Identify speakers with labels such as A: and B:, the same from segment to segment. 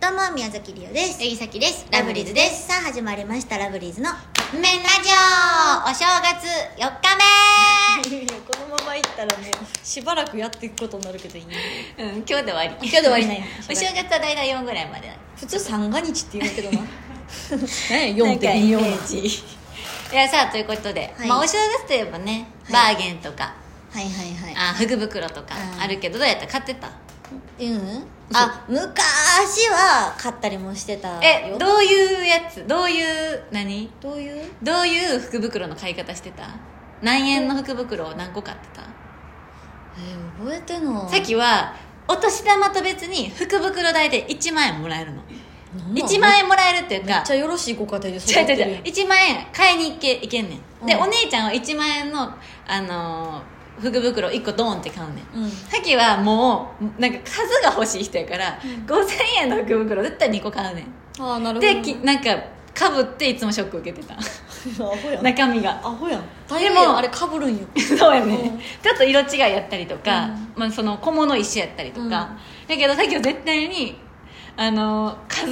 A: どうも宮崎りおです
B: えぎさきです
A: ラブリーズですさあ始まりましたラブリーズの
B: メンラジオお正月4日
C: いやこのままいったらもうしばらくやっていくことになるけどいいね
B: 目うん今日で終わり今日
C: で終わりなんや
B: お正月は大体4ぐらいまでなん
C: 普通三が日って言うけどな 何や
B: なんかイメ
C: 4.24
B: ージいやさあということで、
A: はい
B: まあ、お正月といえばねバ
A: はい
B: ーゲンとか、
A: はいはいはい
B: あ福袋とか
A: うん
B: あるけどどうやった買ってた
A: うんあ昔は買ったりもしてたよ
B: えどういうやつどういう何
A: どういう
B: どういう福袋の買い方してた何円の福袋を何個買ってた、
A: え覚えてんの
B: さっきはお年玉と別に福袋代で1万円もらえるの1
C: 円
B: 万円もらえるっていう
C: めっ
B: か
C: ちゃよろしいご家庭で育
B: 違う
C: って
B: 違
C: るや
B: うん 違う1万円買いに行けいけんねんで、
A: うん
B: お姉ちゃんは1万円の、あのー福袋1個ドーンって買うねん
A: うん
B: さっきはもうなんか数が欲しい人やから、5000円の福袋絶対2個買うねん
C: ああなるほど
B: できなんかかぶっていつもショック受けてた
C: アホやん
B: 中身が
C: アホやん
B: も
C: 大変あれかぶるんよ
B: そうやね、
C: うん
B: ちょっと色違いやったりとか、まあ、その小物一緒やったりとか、
C: うん
B: だけどさっきは絶対にあの数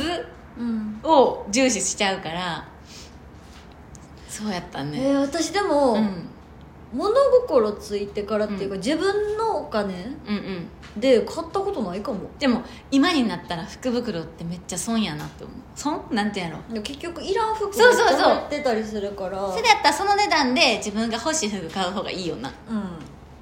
A: うん
B: を重視しちゃうからそうやった
C: え
B: ね、
C: ー私でも、
B: うん、
C: 物心ついてからっていうか、
B: う
C: 自分のお金
B: うんうん
C: で買ったことないかも
B: でも今になったら福袋ってめっちゃ損やなって思う損なんてやろ
C: でも結局いらん服
B: そうそうそう
C: 買ってたりするから
B: それやったらその値段で自分が欲しい服買う方がいいよなっ
C: うん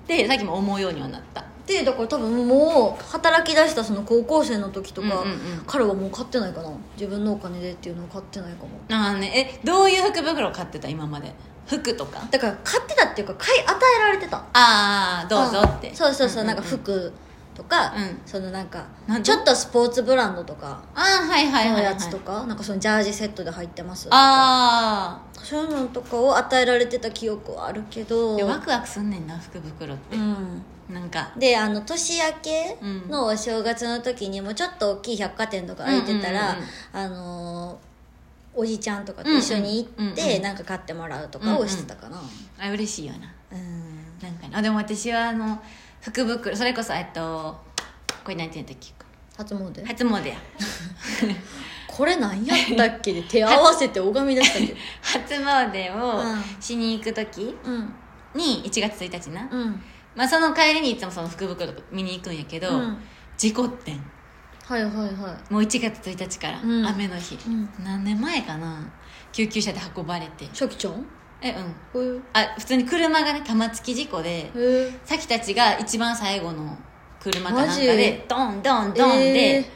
B: てさっきも思うようにはなった
C: でだから多分もう働き出したその高校生の時とか、
B: うんうんうん
C: 彼はもう買ってないかな自分のお金でっていうのを買ってないかも
B: ああねえどういう福袋買ってた今まで服とか
C: だから買ってたっていうか買い与えられてた
B: ああどうぞっ
C: ん
B: て
C: そうそうそう,、
B: んんん
C: なんか服とか、
B: うん
C: そのなんか
B: なん
C: ちょっとスポーツブランドとか
B: ああはいはいはい、
C: の
B: はい、
C: やつとか、なんかそのジャージセットで入ってますとか
B: あ
C: そういうのとかを与えられてた記憶はあるけ
B: あ
C: ど
B: ワクワクすんねんな福袋って
C: うん
B: なんか
C: であの年明けのお正月の時にもうちょっと大きい百貨店とか開いてたら、
B: うんうんうん
C: あのーおじちゃんとかと一緒に行っ
B: うんうんうん
C: て
B: うん
C: なんか買ってもらうとかをしてたかな
B: あ嬉しいよな
C: うん、
B: なんかねあでも私はあの福袋それこそえっとこれ何て言うんだっけ
C: 初詣
B: 初詣や
C: これ何やったっけで 手合わせて拝み出したけど
B: 初詣を
C: うん
B: しに行く時
C: うん
B: に1月1日な、
C: うん
B: まあ、その帰りにいつもその福袋と見に行くんやけど、
C: うん
B: 事故ってん
C: はいはいはい
B: もう1月1日から、
C: うん
B: 雨の日、
C: うん
B: 何年前かな救急車で運ばれて
C: 初期ちゃん
B: えうん
C: こういう
B: あ普通に車がね玉突き事故で
C: へえ
B: さきたちが一番最後の車かなんかで
C: マ
B: ドンドンドンで、
C: え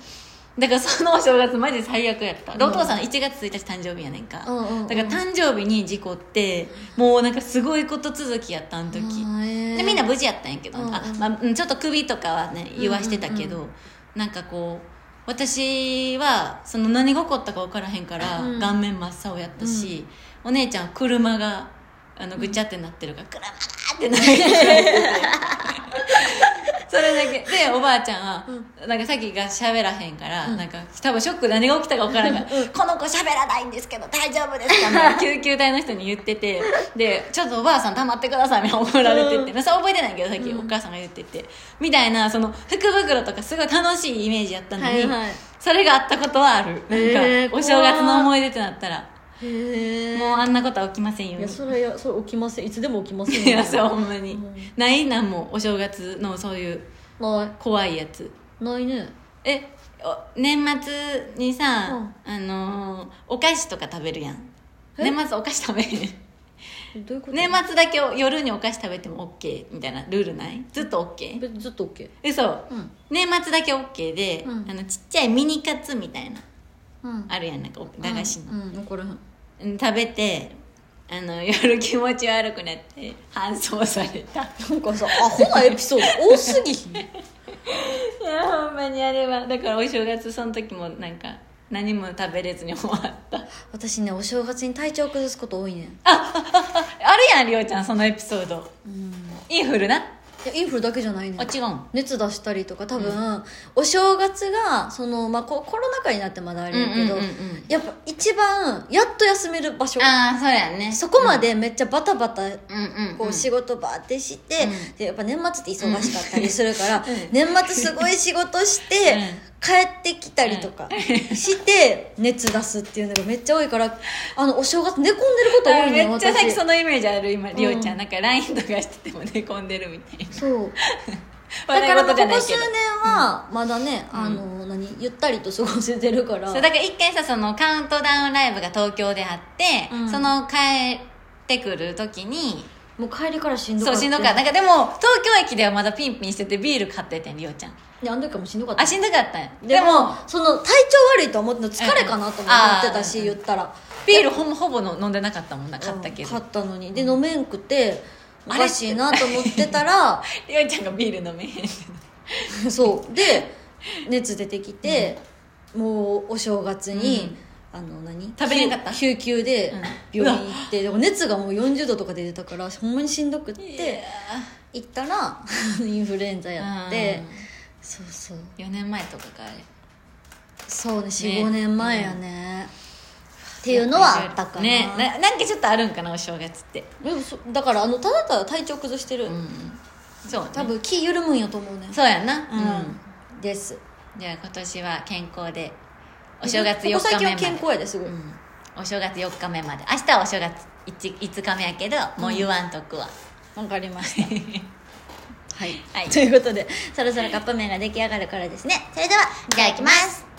B: だからそのお正月マジ最悪やった、でお父さん1月1日誕生日やねんか、
C: うんうんうん
B: だから誕生日に事故ってもうなんかすごいこと続きやったあの時でみんな無事やったんやけど、
C: うんうん
B: あまあ、うんちょっと首とかはね言わしてたけど、なんかこう私はその何が起こったか分からへんから、
C: うん
B: 顔面真っ青やったし、お姉ちゃんは車があのぐちゃってなってるから、車がーってなってて それだけでおばあちゃんは、なんかさっきが喋らへんから、なんか多分ショックで何が起きたか分からんから、この子喋らないんですけど大丈夫ですかみたいな救急隊の人に言っててでちょっとおばあさん黙ってくださいみたいな怒られてて、まあそう覚えてないけどさっきお母さんが言ってて、みたいなその福袋とかすごい楽しいイメージやったのに、
C: はいはい
B: それがあったことはあるなんか、
C: えー
B: お正月の思い出ってなったら
C: へえ
B: もうあんなことは起きませんよう
C: いや
B: に
C: それやそれ起きませんいつでも起きませ ん
B: い
C: よ
B: やそうほんまに、ないなんもお正月のそういう
C: な
B: 怖いやつ
C: いないね
B: えお年末にさ、あのーお菓子とか食べるやん
C: え
B: 年末お菓子食べへん
C: どういうこと
B: 年末だけ夜にお菓子食べても OK みたいなルールないずっと OK
C: 別にずっと OK
B: 嘘、
C: うん
B: 年末だけ OK で、
C: うん
B: あのちっちゃいミニカツみたいな
C: うん
B: あるやんなんかお駄菓子の、
C: うん分からへん
B: うん食べてあの 夜気持ち悪くなって搬送され た
C: なんかさアホなエピソード多すぎひん
B: いやほんまにあれはだからお正月その時もなんか何も食べれずに終わった
C: 私ねお正月に体調崩すこと多いねん
B: あるやんりょうちゃんそのエピソード、インフルない
C: やインフルだけじゃないね
B: あ
C: ん
B: 違うん
C: 熱出したりとか多分、お正月がその、まあ、こコロナかになってまだあれやけど、
B: うんうんうんうん
C: やっぱ一番やっと休める場所
B: ああそうやね
C: そこまでめっちゃバタバタ
B: うんうんうん
C: こう仕事バーってして、
B: うん
C: でやっぱ年末って忙しかったりするから、
B: ん
C: 年末すごい仕事して、
B: うん
C: 帰ってきたりとかして熱出すっていうのがめっちゃ多いからあのお正月寝込んでること多いのよ
B: めっちゃさっき
C: 私
B: そのイメージある今りょうちゃん、
C: うん
B: なんか LINE とかしてても寝込んでるみ たいな
C: そうだ
B: 笑
C: か
B: い
C: らま
B: 事じゃ
C: あこ
B: ない
C: こ
B: け
C: 数
B: ど
C: 年はまだね、あの何ゆったりと過ごせてるから
B: そうだから一回さそのカウントダウンライブが東京であって、
C: うん
B: その帰ってくる時に
C: もう帰りからしんどか
B: そう
C: った
B: しんどかったなんかでも東京駅ではまだピンピンしててビール買っててんりょうちゃん
C: であの時からもしんどかった
B: あしんどかったんや
C: でもその体調悪いとは思ってたの疲れかなとも思ってたし、
B: うん
C: 言ったら
B: ビールほぼほぼの飲んでなかったもんな買ったけ
C: うん
B: ど、
C: 買ったのにで飲めんくてお
B: あれ
C: かしいなと思って たら
B: りょうちゃんがビール飲めへん
C: そうで熱出てきて、もうお正月に、あの何
B: 食べれんかった
C: 救救急で
B: うん
C: 病院行って、でも熱がもう40度とか出てたからほんまにしんどくっ
B: い
C: て
B: や
C: 行ったら インフルエンザやって、
B: うん
C: そうそう
B: 4年前とかかあれ
C: そうね
B: ね
C: 45年前やねっていうのはあったかな,、
B: ねななんかちょっとあるんかなお正月って
C: でもそだからあのただただ体調崩してる、
B: そうね
C: 多分気緩むんやと思うね
B: そうやな
C: う
B: うん、
C: んです
B: じゃあ今年は健康でお正月4
C: ここ
B: 日目
C: 最近は
B: まで
C: 健康やですごい、
B: うんお正月4日目まで明日はお正月 5, 日目やけどもう言わんとくわ、
C: わかり ましたはい、
B: はい
C: ということでそろそろカップ麺が出来上がるからですねそれでは
A: じゃあ行きます